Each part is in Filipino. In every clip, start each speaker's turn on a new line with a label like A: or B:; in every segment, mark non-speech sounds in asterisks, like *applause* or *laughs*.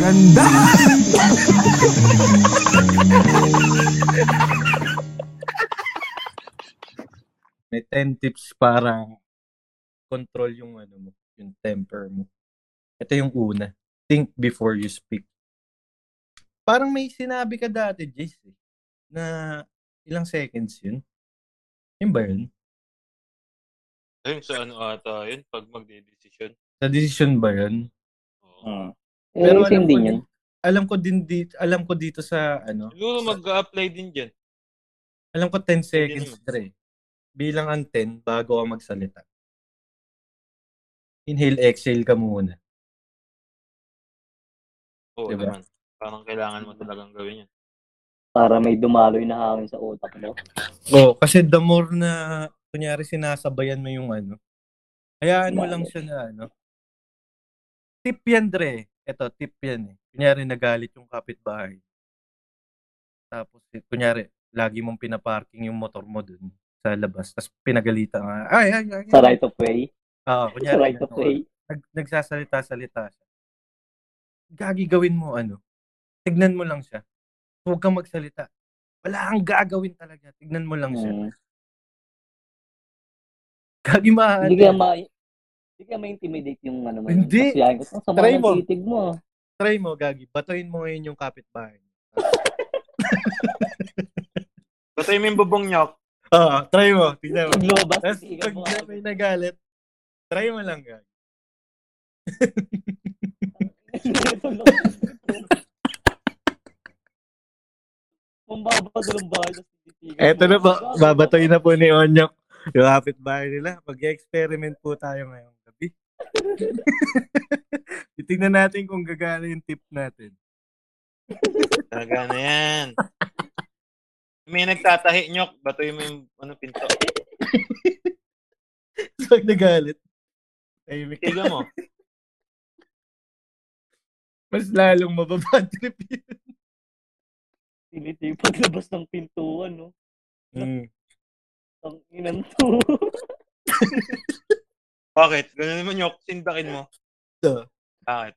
A: ganda.
B: May 10 tips para control yung ano mo, yung temper mo. Ito yung una. Think before you speak. Parang may sinabi ka dati, Jace, eh, na ilang seconds yun. Yun ba yun?
C: Ayun, sa ano ata, yun, pag magde-decision.
B: Sa decision ba yun?
C: Oo.
D: Mm.
B: Pero
E: Pero
B: alam
E: same
B: ko
E: din yun.
B: din- Alam ko din dito, alam ko dito sa ano,
C: Siguro mag-apply din dyan.
B: alam ko 10 seconds
C: naman.
B: pre. Bilang ang 10 bago ka magsalita. Inhale, exhale ka muna.
C: Oo
B: Diba?
C: naman. Parang kailangan mo talagang gawin yan.
E: Para may dumaloy na hangin sa utak mo.
B: Oo, kasi the more na kunyari sinasabayan mo yung ano, hayaan mo lang siya na ano. Tip yan, Dre. Ito, tip yan eh. Kunyari nagalit yung kapitbahay. Tapos, eh, kunyari, lagi mong pinaparking yung motor mo dun sa labas. Tapos pinagalitan ka. Ay, ay, ay.
E: Sa right of way.
B: Oo,
E: Sa
B: kunyari.
E: right of
B: ganun.
E: way.
B: nag, nagsasalita-salita siya. Gagi gawin mo ano? Tignan mo lang siya. Huwag kang magsalita. Wala kang gagawin talaga. Tignan mo lang siya.
E: Mm.
B: Gagi maaano.
E: Hindi ka ma... Hindi ka ma-intimidate yung ano mo. yun.
B: Hindi.
E: Tapos yakin ko, "Ang sama
B: Try
E: ng
B: mo."
E: titig mo. ah."
B: Try mo, Gagi. Batuhin mo ngayon yung kapitbahay.
C: Patay mo yung bubong niya.
B: Oo, try mo. Tignan
E: *laughs*
B: mo.
E: Paglobas,
B: Tapos,
E: titigan
B: pag
E: mo.
B: na-
E: *laughs*
B: may nagalit, try mo lang, Gagi.
E: Mambabadalong bahay. tapos titigan
B: Eto
E: mo.
B: na, ba- babatuhin na po ni Onyok yung kapitbahay nila. Mag-experiment po tayo ngayong
E: *laughs*
B: gabi. Titignan natin kung gagana yung tip natin. *laughs*
C: Talaga na yan. May nagtatahi nyok, batoy mo yung ano, pinto.
B: Pag nagalit, tahimik ka.
C: Tiga mo.
B: mas lalong mababad trip yun.
E: Tinitig paglabas ng pintuan, oh. no?
B: Mm.
E: Ang *laughs* inang to.
C: Bakit? Ganun naman nyok, sindakin mo.
B: Ito.
C: Bakit?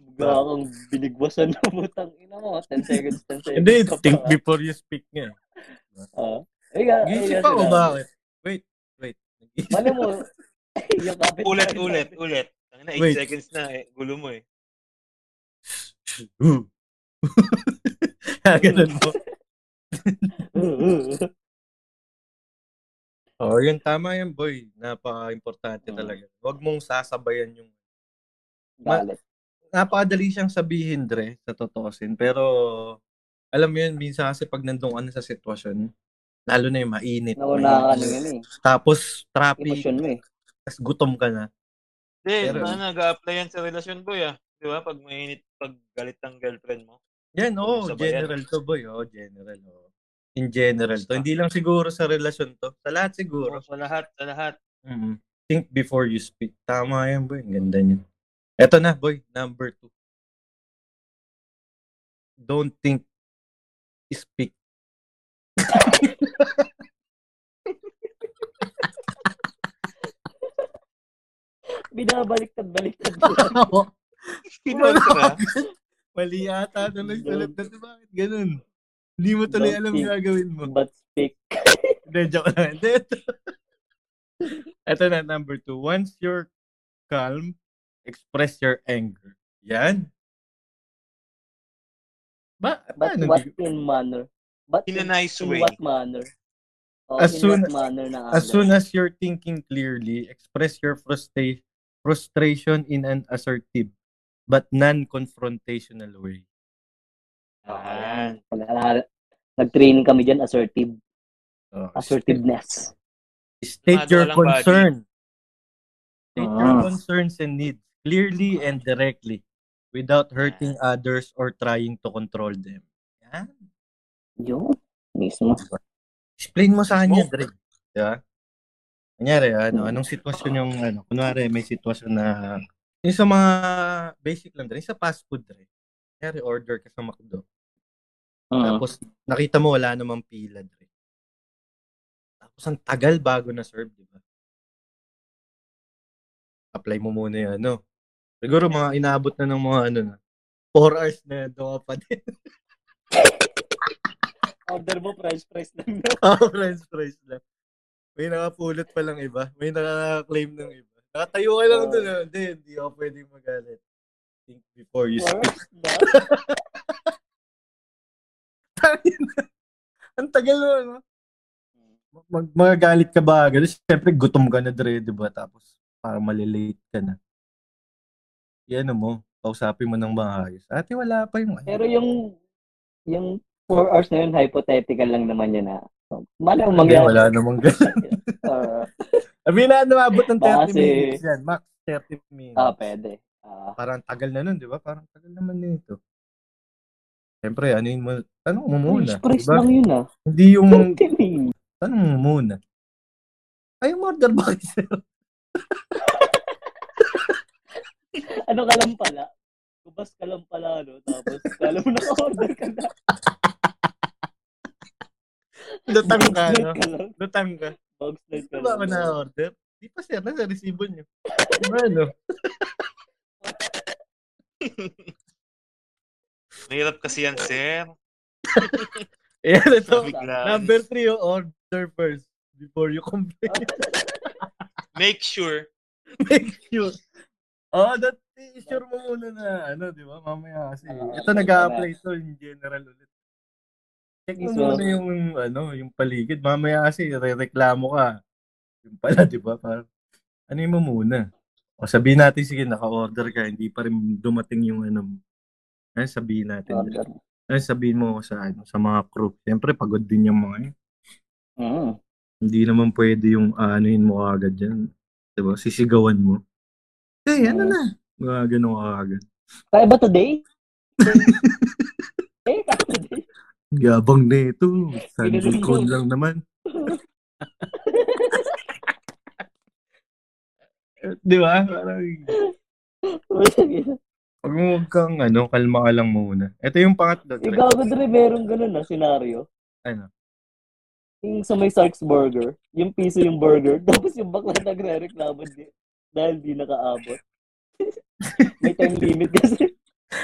E: Bigla kang binigwasan ng butang ina mo. 10 seconds, 10 seconds.
B: Hindi,
E: ka pa.
B: think before you speak nga.
E: Ah. Ayun,
B: Gisip ako bakit? Wait, wait.
E: Mali mo, *laughs* yung kapit
C: Ulit, ulit, ulit. Ang na, 8
B: Wait.
C: seconds na eh. Gulo mo eh.
B: Hmm. Ganun mo. Oo, oh, yun. Tama yan, boy. Napaka-importante
E: Mm.
B: talaga. Huwag mong sasabayan yung...
E: Galit.
B: Napakadali siyang sabihin, Dre, sa totoosin. Pero, alam mo yun, minsan kasi pag nandun ka na sa sitwasyon, lalo na yung mainit.
E: Nauna ka nung yun eh.
B: Tapos, traffic,
E: Emosyon mo eh.
B: tapos gutom ka na.
C: Hindi,
B: Pero-
C: Pero... nag-a-apply yan sa relasyon boy ah. Di ba? Pag mainit, pag galit ang girlfriend mo.
B: Yan, oo.
C: Sabay yan.
B: general to, boy. Oo, general. oo. In general to. Hindi lang siguro sa relasyon to. Sa lahat siguro.
C: Sa lahat, sa lahat.
B: Mhm. Think before you speak. Tama yan, boy. Ang ganda niyan. Eto na, boy. Number two. Don't think. *laughs* Speak.
E: Binabaliktad-baliktad.
B: *laughs*
C: Kinontra.
B: Mali yata na nagsulat na. Bakit ganun? Hindi mo tuloy
E: Don't
B: alam
E: think.
B: yung gagawin mo.
E: But speak.
B: Hindi, joke lang. Hindi, *laughs* ito. Ito na, number two. Once you're calm, express your anger. Yan. Ba,
E: But
B: paano
E: what
B: di-
E: in manner? But
C: In a nice
E: in
C: way.
E: what manner? Oh,
B: As
E: in
B: soon-
E: what manner na
B: as soon as you're thinking clearly, express your frustra- frustration in an assertive but non-confrontational way.
C: Yan.
E: Nag-train kami dyan, assertive.
B: Oh,
E: Assertiveness.
B: State your
C: Walang body.
B: concern. State your
E: Ah.
B: concerns and needs clearly and directly without hurting others or trying to control them. Yan.
E: Yun. Mismo.
B: Explain mo sa kanya,
C: Mismo.
B: Dre. Di ba? Kunyari, ano,
E: Hmm.
B: anong sitwasyon yung, ano, kunwari, may sitwasyon na, yung sa mga basic lang, Dre, yung sa fast food, Dre. Kunyari, order ka sa McDo.
E: Mm.
B: Tapos, nakita mo, wala namang pila, Dre. Tapos, ang tagal bago na serve, di ba? Apply mo muna yung, ano. Siguro, mga inaabot na ng mga, ano, na, 4 hours na yun, doon ka pa din.
E: Order mo, price price lang. no?
B: *laughs* Oh, french fries lang. May nakapulot pa lang iba. May nakaklaim ng iba. Nakatayo ka lang
E: Oh.
B: doon. ah. Hindi, hindi ako pwedeng magalit. Think before you speak.
E: Worst *laughs* ba?
B: Ang tagal ano? mo, no? Hmm. Mag magagalit ka ba agad? Siyempre, gutom ka na dire, di ba? Tapos, parang malilate ka na. Yan ano mo, kausapin mo ng maayos. Ate, wala pa yung... ano.
E: Pero yung, yung 4 hours na yun, hypothetical lang naman yun na. Malay mo mangyari.
B: Wala namang *laughs* ganun.
E: Ah,
B: Sabi na, umabot ng 30
E: Baka si-
B: minutes yan. Max, 30 minutes.
E: ah, pwede. Ah,
B: Parang tagal na nun, di ba? Parang tagal naman nito. Siyempre, ano yun mo? Tanong mo muna. diba? Hmm. di
E: price price
B: ba?
E: lang yun ah.
B: Hindi yung...
E: *laughs* Tining.
B: Tanong mo muna. Ay, murder ba kayo, *laughs* sir?
E: Ano ka lang pala? Kubas ka lang pala, no? Tapos, alam mo na order ka na.
B: Lutang ka,
E: Box
B: no? *laughs*
E: night ka lang.
B: Lutang ka.
E: Box night ka
B: Ano ba ako
E: lang.
B: na-order? Di pa, sir. Nasa resibo niyo. Di ba, *laughs* ano?
C: Mahirap kasi yan, sir.
B: Ayan, ito.
C: Bigla.
B: Number three, yung order first before you complain.
C: Make sure.
B: Make sure. Oh, that sure mo muna na ano, di ba? Mamaya kasi.
E: Oo,
B: ito nag-a-apply to in general ulit. Check mo
E: So-
B: muna yung ano, yung paligid. Mamaya kasi rereklamo ka. Yung pala, di ba? Parang, ano yung mo muna? O sabihin natin, sige, naka-order ka, hindi pa rin dumating yung ano mo. Ay, sabihin natin.
E: Order.
B: Ay, sabihin mo sa ano, sa mga crew. Siyempre, pagod din yung mga yun.
E: Mm.
B: Hindi naman pwede yung aanuhin mo agad yan. Di ba? Sisigawan mo. Eh, ano na? Mga ganun ka agad.
E: Kaya ba
B: *laughs*
E: today? eh, kaya today?
B: Gabang na ito. Sandal cone lang naman. Di ba? Parang, huwag mo huwag kang, ano, kalma ka lang muna. Ito yung pangatlo. Dre.
E: Ikaw ko rin meron ganun na senaryo.
B: Ano?
E: Yung sa may Sark's Burger, yung piso yung burger, *laughs* tapos yung bakla nagre-reklamo din dahil di nakaabot. *laughs* may time limit
B: *laughs*
E: kasi.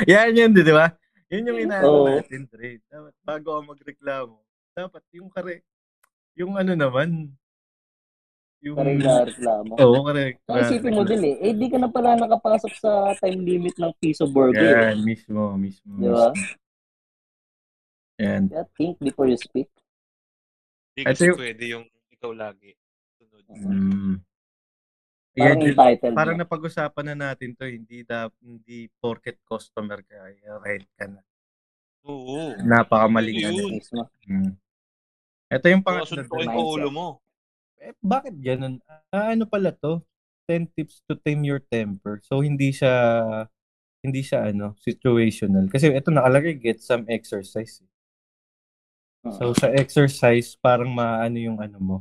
B: Yan yun, di ba? Yun yung inaano
E: Oo.
B: natin, Dre. Dapat bago ka magreklamo, dapat yung kare, yung ano naman, yung,
E: Parang nakareklamo.
B: oo, correct.
E: Ang isipin mo din eh, eh di ka na pala nakapasok sa time limit ng piso burger.
B: Yan, mismo, mismo.
E: Di ba?
B: mismo. Yan.
E: Kaya think before you speak.
C: Hindi
B: Ito
C: kasi
B: yung-
C: pwede yung ikaw lagi. Sunod.
B: Mm. Yan,
E: Parang entitled.
B: parang
E: na.
B: napag-usapan na natin to, hindi da, hindi porket customer ka, eh, rent ka na.
C: Oo.
B: Napakamaling ka na.
C: Yun.
E: Mismo.
B: Mm. Ito yung pangatlo.
C: Kasunod ko yung
E: mindset.
C: ulo mo.
B: eh, bakit ganun? Ah, ano pala to? 10 tips to tame your temper. So, hindi siya, hindi siya, ano, situational. Kasi ito nakalagay, get some exercise. So, sa exercise, parang maano yung ano mo.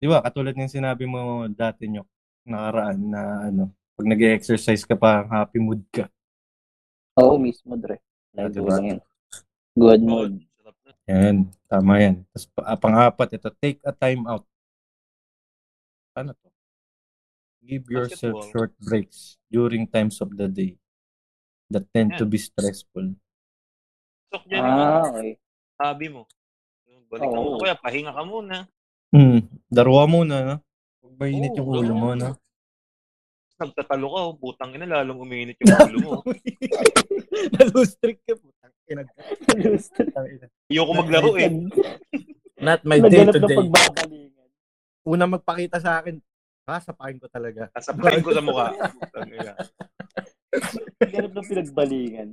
B: Di ba? Katulad ng sinabi mo dati nyo, nakaraan na ano, pag nag-exercise ka parang happy mood ka.
E: Oo, mismo, Dre.
B: Ah,
E: Like,
B: diba?
E: yun. Good
C: Oo.
E: mood.
C: Sarap na.
B: Yan, tama yan. Tapos pa- ah, pang-apat, ito, take a time out. Ano to? Give yourself
C: Basketball.
B: short breaks during times of the day that tend to
C: Yan.
B: be stressful.
C: Sok dyan yung
B: *laughs*
E: Ah, okay.
C: sabi mo. Yung Balik ka
E: Oo.
C: muna. Kaya pahinga ka muna.
B: Hmm, darwa muna, no? Huwag mainit
C: Oo,
B: yung ulo
C: darwa
B: mo,
C: muna.
B: no?
C: Nagtatalo ka. oh, Putang ina. Lalong uminit yung ulo mo.
B: Nalose streak ka, putang *laughs* ina.
C: Ayoko maglaro eh.
B: Not my
E: Naganap na
B: day-to-day.
E: pagbabalingan.
B: Una magpakita sa akin, ha, sapakin ko talaga.
C: Kasapain ko sa mukha. Putang ina.
E: Naganap na pinagbalingan.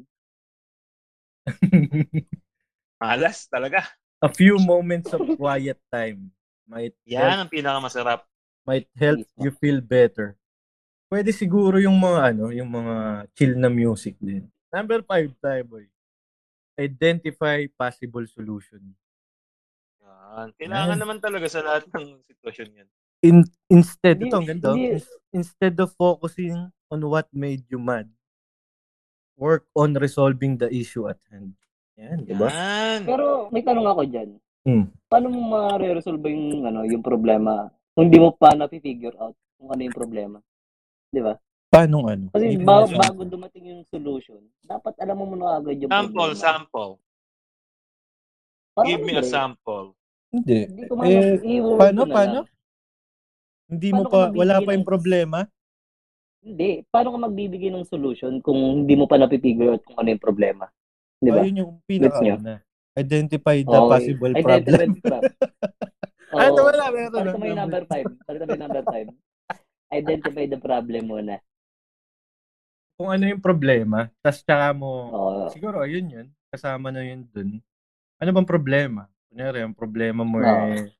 C: Malas talaga.
B: *laughs* a few moments of quiet time might help,
C: Yan ang pinakamasarap.
B: might help you feel better. Pwede siguro yung mga ano, yung mga chill na music din. Number five tayo, boy. Identify possible solution.
C: Yan. Kailangan
B: Nice.
C: naman talaga sa lahat ng sitwasyon yan.
B: In, instead,
E: Hindi-
B: ito ang ganda. oh.
E: hindi-
B: Ins- Instead of focusing on what made you mad, work on resolving the issue at hand. Yan, di ba?
E: Diba?
C: Yan.
E: Pero may tanong ako dyan.
B: Hmm.
E: Paano mo ma-resolve yung, ano, yung problema kung di mo pa na-figure out kung ano yung problema? Di ba?
B: Paano ano?
E: Kasi
B: Hindi ko
E: ba-
B: alam.
E: bago dumating yung solution, dapat alam mo muna agad yung
C: Sample,
E: problema.
C: sample.
E: Parang
C: Give me
E: ano
C: a
E: eh,
C: sample.
B: Hindi.
E: Hindi ko man, ano.
B: Eh,
E: i-word
B: paano,
E: ko na
B: paano?
E: lang.
B: Hindi
E: Paano
B: mo
E: ko
B: pa, wala
E: mabibigyan
B: pa yung
E: ng-
B: problema?
E: Hindi. Paano ka magbibigay ng solution kung hindi mo pa napipigure out kung ano yung problema? Di ba?
B: Ayun yung pinaka
E: Gets niyo?
B: na. Identify the
E: Okay.
B: possible problem.
E: Identified trap. Oo.
B: *laughs* Ah, ito wala, meron
E: Parang
B: lang.
E: may number five. Parang may number five. Identify the problem muna.
B: Kung ano yung problema, tas tsaka mo,
E: Oo.
B: siguro ayun yun, kasama na yun dun. Ano bang problema? Kunyari, ang problema mo
E: Oo.
B: eh,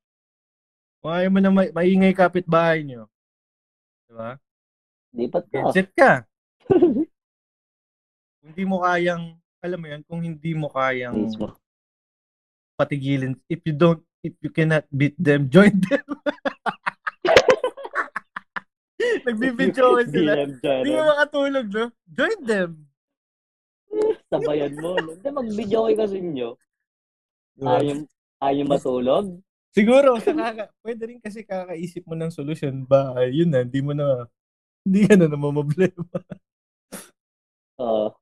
B: kung ayaw mo na ma- maingay kapitbahay nyo, di ba?
E: Lipat ka.
B: Gadget
E: *laughs*
B: ka. Kung hindi mo kayang, alam mo yun, kung hindi mo kayang
E: Mismo.
B: patigilin, if you don't, if you cannot beat them, *laughs* join them. Nagbibidyo
E: *laughs*
B: sila.
E: Bilang dyan,
B: Hindi mo makatulog, no? Join them.
E: Sabayan mo. no? Hindi, mag-video kayo kasi nyo. Ayaw, ayaw matulog.
B: Ah, Siguro, sa kaka, pwede rin kasi kakaisip mo ng solusyon ba, yun na, hindi mo na, hindi ka na naman problema.
E: Oo.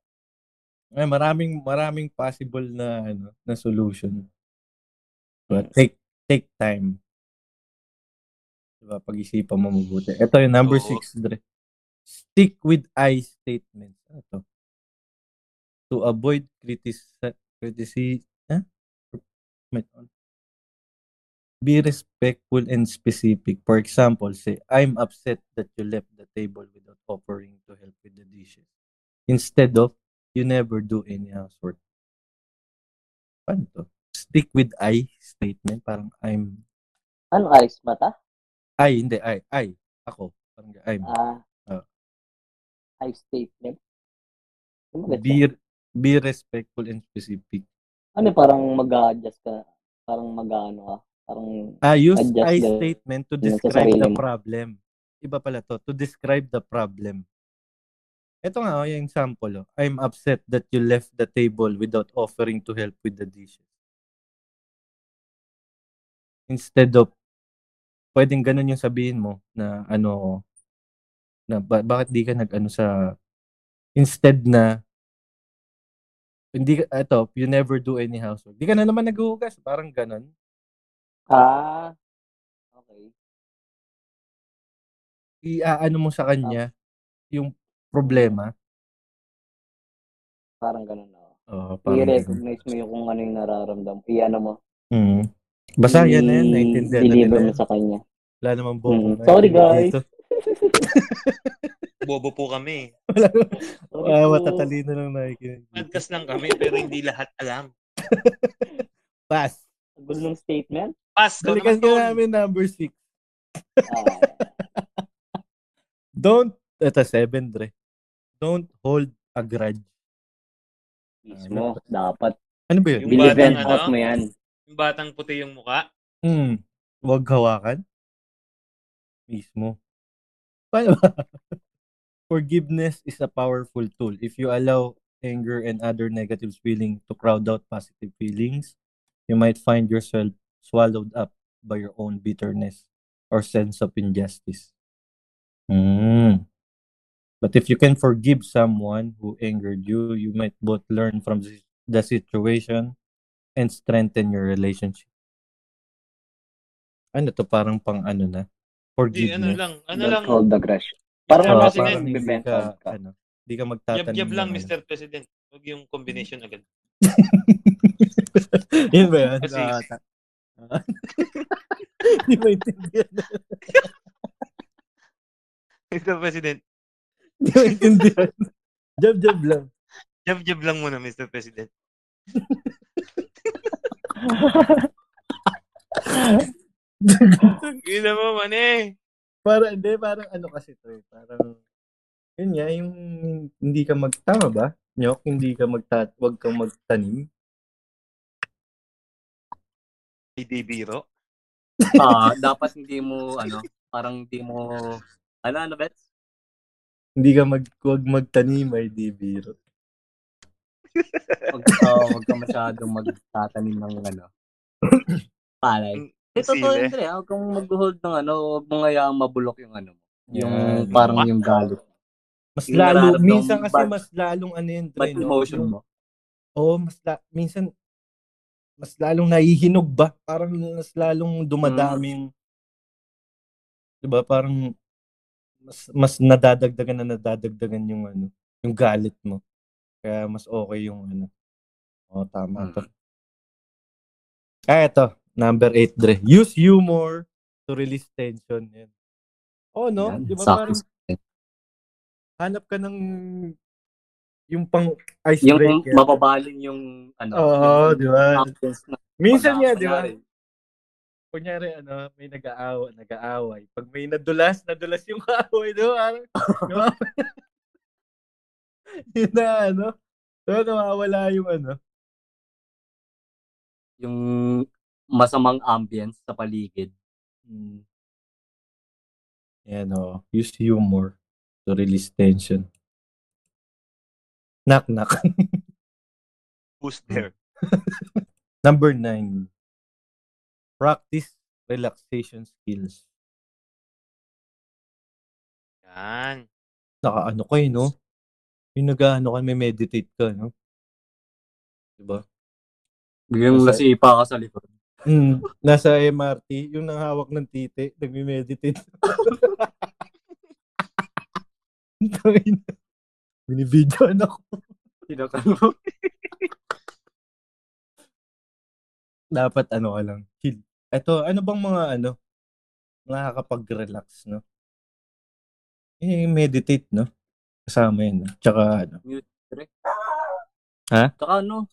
B: Ay, maraming, maraming possible na, ano, na solution. But take, take time. Diba, pag-isipan mo mabuti. Ito yung number
C: Oo.
B: six, Dre. Stick with I statements. Ano to? To avoid critis critici ah? huh? Wait, on. Be respectful and specific. For example, say, I'm upset that you left the table without offering to help with the dishes. Instead of, you never do any housework. Paano to? Stick with I statement. Parang I'm
E: Ano eyes mata?
B: ay, hindi. Ay, ay. Ako. Parang ay.
E: Ah.
B: Oo.
E: I statement. Ano Sumagot ka.
B: Be, be respectful and specific.
E: Ano parang mag-adjust ka? Parang mag-ano ka? Parang
B: Ah, use
E: Adjust
B: I
E: the-
B: statement to
E: yun, sa
B: describe the
E: sarili mo.
B: problem. Iba pala to. To describe the problem. Ito nga, oh, yung sample. Oh. I'm upset that you left the table without offering to help with the dishes. Instead of, pwedeng ganun yung sabihin mo na ano, na ba- bakit di ka nag-ano sa, instead na, hindi, ka- eto, you never do any housework. Di ka na naman naghuhugas. Parang ganun.
E: ah okay.
B: iaano mo
E: Ah.
B: sa kanya yung problema.
E: Parang ganun na.
B: Oo,
E: I-recognize mo yung kung ano yung nararamdam. I-ano mo.
B: Mm. Basta yan na yan,
E: i-
B: naiintindihan na
E: Deliver
B: nila.
E: mo sa kanya.
B: Wala namang bobo.
E: Mm. Sorry, guys.
B: Dito.
C: Bobo po kami.
B: Ah, matatalino lang nakikinig.
C: Podcast lang kami *laughs* pero hindi lahat alam.
B: Pass.
E: Gusto ng statement?
C: Pas, ikaw
B: Balikan
C: naman
B: ka
C: tol.
B: namin number 6.
E: *laughs* Ah,
B: Don't, eto 7, Dre. Don't hold a grudge.
E: mismo. Dapat.
B: Ano ba yun?
C: Yung batang
E: Bilibend
C: ano?
E: out mo yan.
C: Yung batang puti yung muka.
B: Hmm. Huwag hawakan. Mismo. Paano *laughs* ba? Forgiveness is a powerful tool. If you allow anger and other negative feelings to crowd out positive feelings, you might find yourself swallowed up by your own bitterness or sense of injustice. Hmm. But if you can forgive someone who angered you, you might both learn from this- the situation and strengthen your relationship. Ano to? Parang pang ano na?
C: Hindi, ano
B: Forgiveness.
C: lang. Ano
E: Don't
C: lang.
E: hold the crush. Parang
B: Oo,
C: Mr.
E: ano kasi
B: Ah, parang
C: President,
E: din,
B: hindi
E: bibend
B: ka,
E: out ka.
B: ano, hindi ka magtatanong.
C: Yab-yab lang,
B: ng ano. *laughs*
C: Mr. President. Huwag yung combination agad.
B: Yun ba yun?
C: Kasi-
B: Ah, ta- *laughs* ah. Hindi mo intindihan.
C: Mr. President,
B: Hindi mo intindihan. *laughs* Jab, jab lang.
C: jab-jab lang muna, Mr. President. Gina mo, man eh.
B: Para, hindi, parang ano kasi to eh. Parang, yun nga, yung hindi ka magtama ba? Nyok, hindi ka magta, wag kang magtanim.
C: Hindi biro.
A: Ah, dapat hindi mo ano, parang hindi mo ano ano bet?
B: Hindi ka mag, wag magtanim, ay di biro.
A: Wag, oh, wag ka masyadong magtatanim ng ano. Palay.
B: Hmm,
A: Ito to,
C: Sile.
A: Andre, ah, huwag kang mag-hold ng ano, huwag mo nga yung mabulok yung ano mo. Yung
B: Yan.
A: parang yung galit.
B: Mas
A: Yung
B: lalo,
A: nararamdaman
B: minsan kasi
A: bad-
B: mas lalong ano yun,
A: Ba't
B: Dre, no?
A: emotion mo?
B: Oo, mas la- minsan mas lalong nahihinog ba? Parang mas lalong dumadami yung 'di ba? Parang mas mas nadadagdagan na nadadagdagan yung ano, yung galit mo. Kaya mas okay yung ano. Oo, tama to. Kaya ito, number 8 Dre. Use humor to release tension. Yan. Oo, no?
A: Yan,
B: Di ba
A: sakto
B: parang
A: sa
B: hanap ka ng yung pang
A: Yung
B: icebreaker.
A: mababaling yung ano.
B: Oo, di ba?
A: actions na
B: Minsan nga, di ba?
A: nangyari.
B: kunyari, ano, may nag-aawa, nag-aaway. Pag may nadulas, nadulas yung *laughs* kaaway, di ba? Parang, di ba? *laughs* Yun na, ano? So, nawawala yung ano.
A: Yung masamang ambience sa paligid.
B: Mm. Yan, oh. Use humor to release tension. Knock, knock. *laughs*
C: Who's there?
B: Number nine. Practice relaxation skills.
C: Yan.
B: Naka ano ko eh, no? Yung nag-ano ka, may meditate ka, no? Diba?
A: Biglang
B: Kasi-
A: nasipa ka sa likod. *laughs*
B: Mm, nasa MRT, yung nanghawak ng titi, nagme-meditate. Tangina. Binibidyoan ako.
A: Tinakal mo.
B: Dapat ano ka lang, chill. Ito, ano bang mga ano, nakakapag-relax, no? Eh, meditate, no? Kasama yun, no? Tsaka ano,
A: Tsaka ano,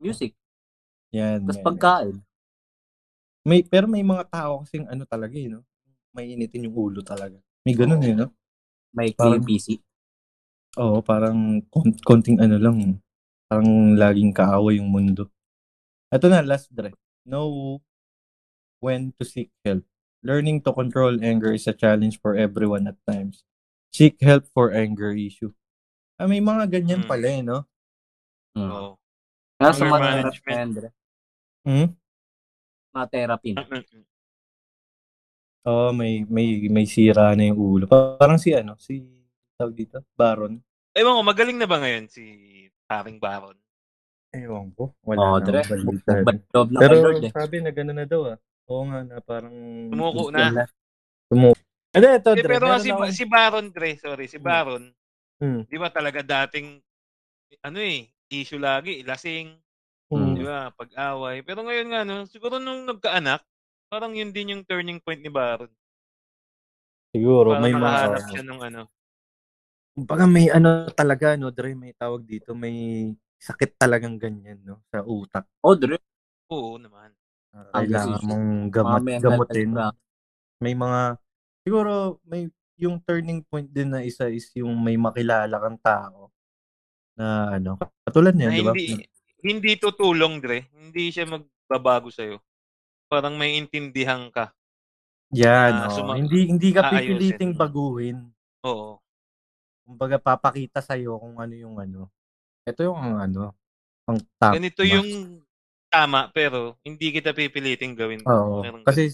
A: music.
B: yan.
A: Tapos
B: yan,
A: pagkain.
B: yan. May, pero may mga tao kasing ano talaga, eh, no? May initin yung ulo talaga. May ganun, eh, no?
A: May
B: Parang-
A: KPC.
B: Oo, parang kon- konting ano lang. Parang laging kaaway yung mundo. Ito na, last dre. Know when to seek help. Learning to control anger is a challenge for everyone at times. Seek help for anger issue. Ah, may mga ganyan
C: Mm.
A: Hmm.
B: pala eh, no?
A: Mm.
C: Oo.
A: Kaya sa
C: Anger
A: mga
C: management.
A: therapy, Andre,
B: Hmm?
A: mga therapy. na.
B: Oo, may, may, may sira na yung ulo. Pa- Parang si ano, si, tawag dito, Baron.
C: Ewan ko, magaling na ba ngayon si paring Baron?
B: Ewan ko.
A: Oo,
B: Wala na
A: Dre.
B: akong balita. eh.
A: *laughs* Bad job na
B: Pero
A: kay Lord eh.
B: sabi na gano'n na daw ah. Oo nga na parang...
C: Tumuko na.
A: Yan na.
B: Ano ito,
C: Eh,
B: Dre?
C: pero
B: Meron
C: si,
B: akong-
C: si Baron, Dre, sorry, si
B: Hmm.
C: Baron,
B: Hmm.
C: di ba talaga dating, ano eh, issue lagi, lasing,
A: Hmm.
C: di ba, pag-away. Pero ngayon nga, no, siguro nung nagkaanak, parang yun din yung turning point ni Baron.
B: Siguro,
C: Parang
B: may
C: nakahanap
B: mga...
C: siya ng ano.
B: Kumbaga may ano talaga, no, Dre, may tawag dito, may sakit talagang ganyan, no, sa utak.
A: Oh, Dre.
C: Oo naman.
B: Ah,
A: Ang
B: Kailangan
A: decision.
B: mong
A: Mga
B: gamot,
A: mental
B: gamutin.
A: health
B: May mga, siguro, may yung turning point din na isa is yung may makilala kang tao na ano, katulad niya,
C: Na
B: di ba?
C: hindi, hindi tutulong, Dre. Hindi siya magbabago sa'yo. Parang may intindihan ka.
B: Yan,
C: Ah,
B: oo.
C: suma-
B: hindi, hindi ka
C: aayusin.
B: pipiliting baguhin.
C: Oo.
B: Kumbaga, papakita sa'yo kung ano yung ano. Ito yung ang ano, ang tama.
C: Ganito yung tama, pero hindi kita pipiliting gawin.
B: Oo.
C: Merong
B: Kasi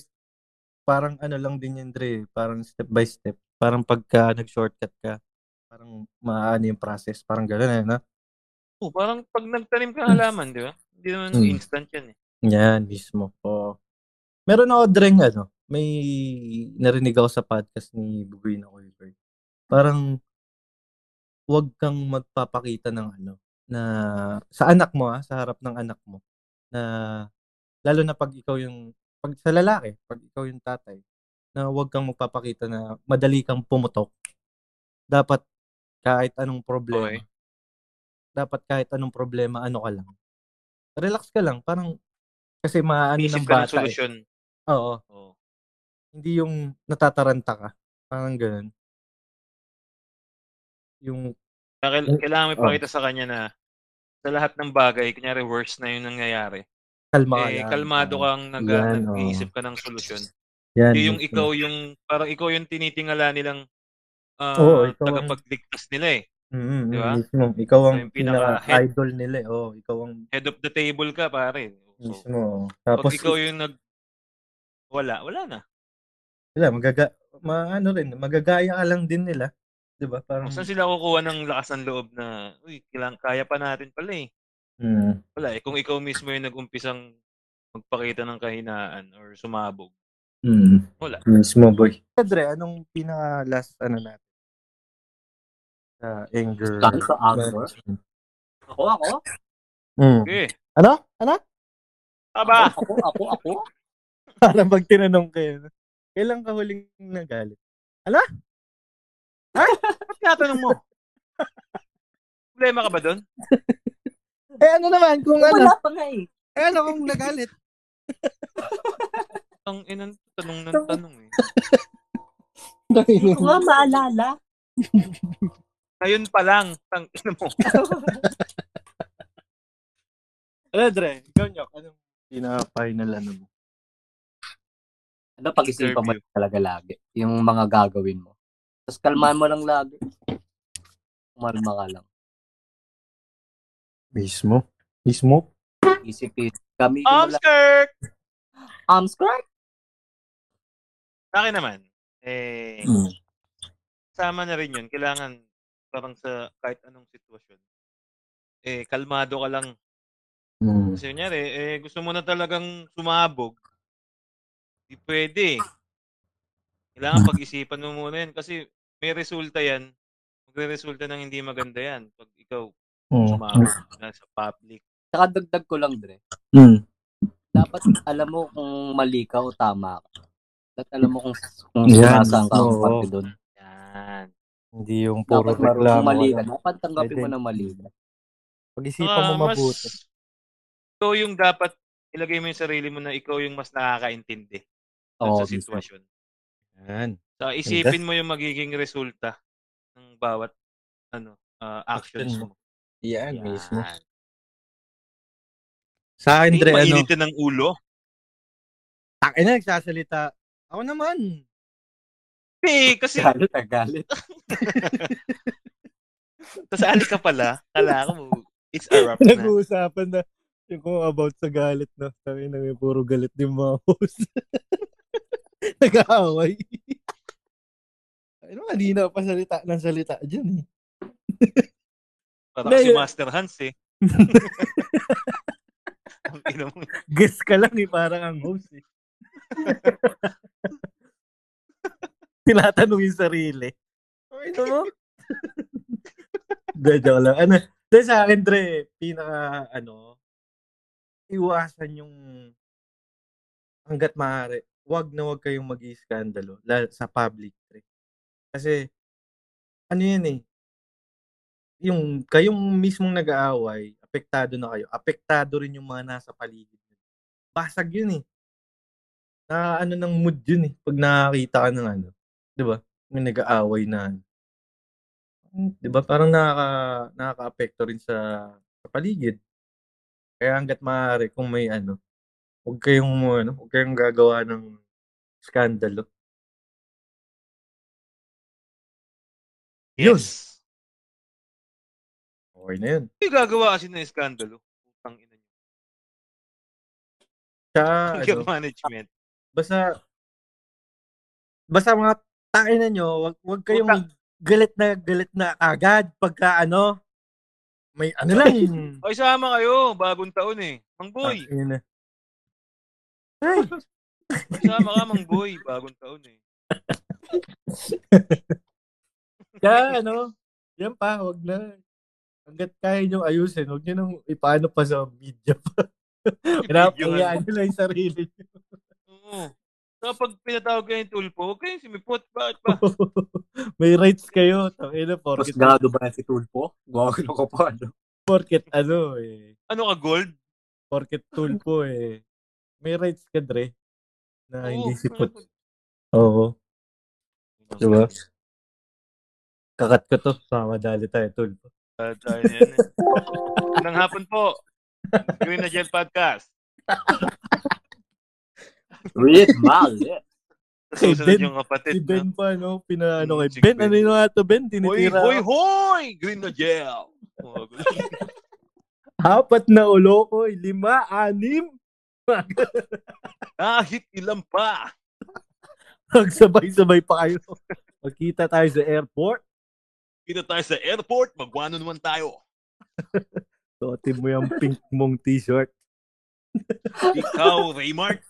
B: parang ano lang din yun, Dre. Parang step by step. Parang pagka nag-shortcut ka, parang maano yung process. Parang gano'n, ano?
C: Oo, parang pag nagtanim ka ng
B: Hmm.
C: halaman, di ba? Hindi naman
B: Mm.
C: instant yan eh.
B: Yan, mismo. Oo. Meron ako, Dre, ng ano. May narinig ako sa podcast ni Bugoy na Kuiper. Parang wag kang magpapakita ng ano na sa anak mo ah, sa harap ng anak mo na lalo na pag ikaw yung pag sa lalaki, pag ikaw yung tatay na wag kang magpapakita na madali kang pumutok. Dapat kahit anong problema.
C: Okay.
B: Dapat kahit anong problema, ano ka lang. Relax ka lang, parang kasi maano
C: Isip
B: ng
C: ka ng
B: bata. eh.
C: solusyon.
B: Oo,
C: Oo.
B: hindi yung natataranta ka. Parang ganun. Yung, Oh,
C: Kaya kail- Kailangan may
B: Oo.
C: pakita sa kanya na sa lahat ng bagay, kunyari worse na yung nangyayari.
B: kalma ka
C: eh,
B: lang.
C: kalmado kang nag-
B: Yan, oo.
C: nag-iisip ka ng solusyon.
B: Yan,
C: Hindi yung
B: mismo.
C: ikaw yung, parang ikaw yung tinitingala nilang ah,
B: Oo, ikaw ang-
C: tagapagligtas nila eh.
B: Mm, mm,
C: Di ba?
B: mismo. Ikaw ang
C: Yung pinaka-
B: pinaka-idol nila. eh. Oh, ikaw ang
C: Head of the table ka, pare. So,
B: mismo. oh.
C: pag
B: Tapos,
C: ikaw yung nag... Wala, wala na.
B: wala, magaga, ma, ano rin, magagaya ka lang din nila. Di ba? Parang,
C: Saan sila kukuha ng lakas ng loob na, uy, kailang, kaya pa natin pala eh.
B: Mm.
C: Wala eh. Kung ikaw mismo yung nag-umpisang magpakita ng kahinaan or sumabog.
A: Mm.
C: Wala.
B: Mismo, boy. Dre, anong pinaka-last, ano natin? Sa anger.
A: Saan sa outdoor?
B: management.
A: Ako, ako?
B: Mm.
C: Okay.
B: Ano? Ano?
C: Aba!
A: Ako, ako, ako?
B: Parang pag tinanong kayo, kailan ka huling nagalit?
C: Ba't natanong mo? Problema ka ba doon?
B: *laughs* Eh, ano naman, kung ano?
A: Wala pa nga eh.
B: Eh, ano kung nagalit?
C: Ang inang tanong ng tanong eh.
A: Hindi ko *laughs* nga maalala.
C: *laughs* Ngayon pa lang, tang ina mo.
B: Ano, Dre? Ikaw, Nyok, anong pinaka-final ano mo?
A: Ano, pag-isipan mo talaga lagi. Yung mga gagawin mo. Tapos kalmahan mo lang lagi. Kumalma ka lang.
B: Mismo? Mismo?
A: Isipin. Kami mo lang.
C: Omskirk!
A: Amskar?
C: Sa akin naman, eh,
A: Hmm.
B: Mm.
C: sama na rin yun. Kailangan, parang sa kahit anong sitwasyon, eh, kalmado ka lang.
B: Mm.
C: Kasi kunyari, eh, gusto mo na talagang sumabog, di pwede.
B: Hmm.
C: Kailangan pag-isipan mo muna yan kasi may resulta yan. Magre-resulta ng hindi maganda yan pag ikaw sumabog na sa public.
A: Saka dagdag ko lang, Dre.
B: Mm.
A: Dapat alam mo kung mali ka o tama ka. Dapat alam mo kung, kung
B: Yan.
A: sumasang ka o
B: Oo.
A: pati doon.
C: Yan.
B: Hindi yung
A: Dapat
B: puro
A: marunong
B: reklamo.
A: mali ka.
B: ano.
A: Dapat tanggapin mo
B: Pwede.
A: na mali ka.
B: Pag-isipan mo
C: Ah, mas-
B: mabuti.
C: Ikaw yung dapat ilagay mo yung sarili mo na ikaw yung mas nakakaintindi dun
A: Oo,
C: sa sitwasyon.
B: Yan.
C: So, isipin mo yung magiging resulta ng bawat ano ah, actions
B: Action
C: mo.
B: Yan,
C: Yan.
B: mismo. Sa akin,
C: Hindi
B: Dre, ano?
C: mainitin ng
B: *laughs*
C: ulo.
B: Takin na, nagsasalita. Ako naman.
C: Eh, kasi
A: Galit na galit.
C: kasali ka pala. Kala ko, it's a
B: *laughs*
C: wrap na.
B: Nag-uusapan na yung kung about sa galit na. Sabi na may puro galit din mga host. *laughs* Nag-aaway. ano, kanina pa salita ng salita dyan eh.
C: Parang
B: Hindi,
C: si
B: yun.
C: Master Hans eh.
B: *laughs*
C: Ang ina mo.
B: Guess ka lang eh, parang ang host eh. Tinatanong yung sarili. Ay, ito mo? Hindi, joke lang. Ano, dahil sa akin, Dre, pinaka, ano, iwasan yung hanggat maaari. Huwag na huwag kayong mag iskandalo sa public, Dre. Kasi, ano yan eh, yung kayong mismong nag-aaway, apektado na kayo. Apektado rin yung mga nasa paligid. nyo. Basag yun eh. Na ano ng mood yun eh. Pag nakakita ka ng ano. Di ba? May nag-aaway na. ano. Hmm, Di ba? Parang nakaka, nakaka-apekto rin sa, sa paligid. Kaya hanggat maaari kung may ano, huwag kayong, ano, huwag kayong gagawa ng skandalo. Yun.
C: Yes.
B: Okay na yun.
C: Hindi gagawa kasi ng iskandalo. Putang ina niyo.
B: Tsaka, ano,
C: Yung management.
B: Basta basta mga takin na nyo, wag, wag kayong galit na galit na agad pagka ano, may ano lang.
C: O, isama kayo. Bagong taon eh. Mang boy.
B: Ayun na. Ay, Ah,
C: Isama ka, Mang boy. Bagong taon eh.
B: kaya ano, yan pa, wag na. Hanggat kaya nyo ayusin, wag nyo nang ipaano pa sa media pa. Pinapayaan nyo lang yung sarili nyo.
C: Oo. So, pag pinatawag kayo ng tulpo, huwag kayong sumipot. Bakit ba?
B: *laughs* may rights kayo. Tangina,
A: Mas
B: porket,
A: gado ba si Tulpo? Gawin ko pa. Ano?
B: porket ano eh.
C: Ano ka, gold?
B: Porket tool po eh. May rights ka, Dre. Na
C: Oo,
B: Ah, hindi
C: ano
B: sipot.
C: ka?
B: Oo. Diba? Kakat ko to. Sama dali tayo, tool po.
C: Ah, tayo na yan eh. Magandang hapon po. Green na Gel Podcast.
A: Wait, mali.
B: Kay
C: Susunod
B: Ben.
C: yung kapatid.
B: *laughs* Si Ben pa, no? Pinaano kay
C: Si
B: Ben.
C: Ben.
B: Ano yun nga to, Ben?
C: no? Hoy,
B: Tinitira.
C: hoy, hoy! Green na Gel! Oh, ganun.
B: Apat na ulo ko. eh. Lima, anim. *laughs*
C: Kahit ilan pa.
B: Magsabay-sabay pa kayo. Magkita tayo sa airport.
C: Kita tayo sa airport, mag-one-on-one tayo.
F: Suotin mo yung pink mong t-shirt.
C: Ikaw, Raymart.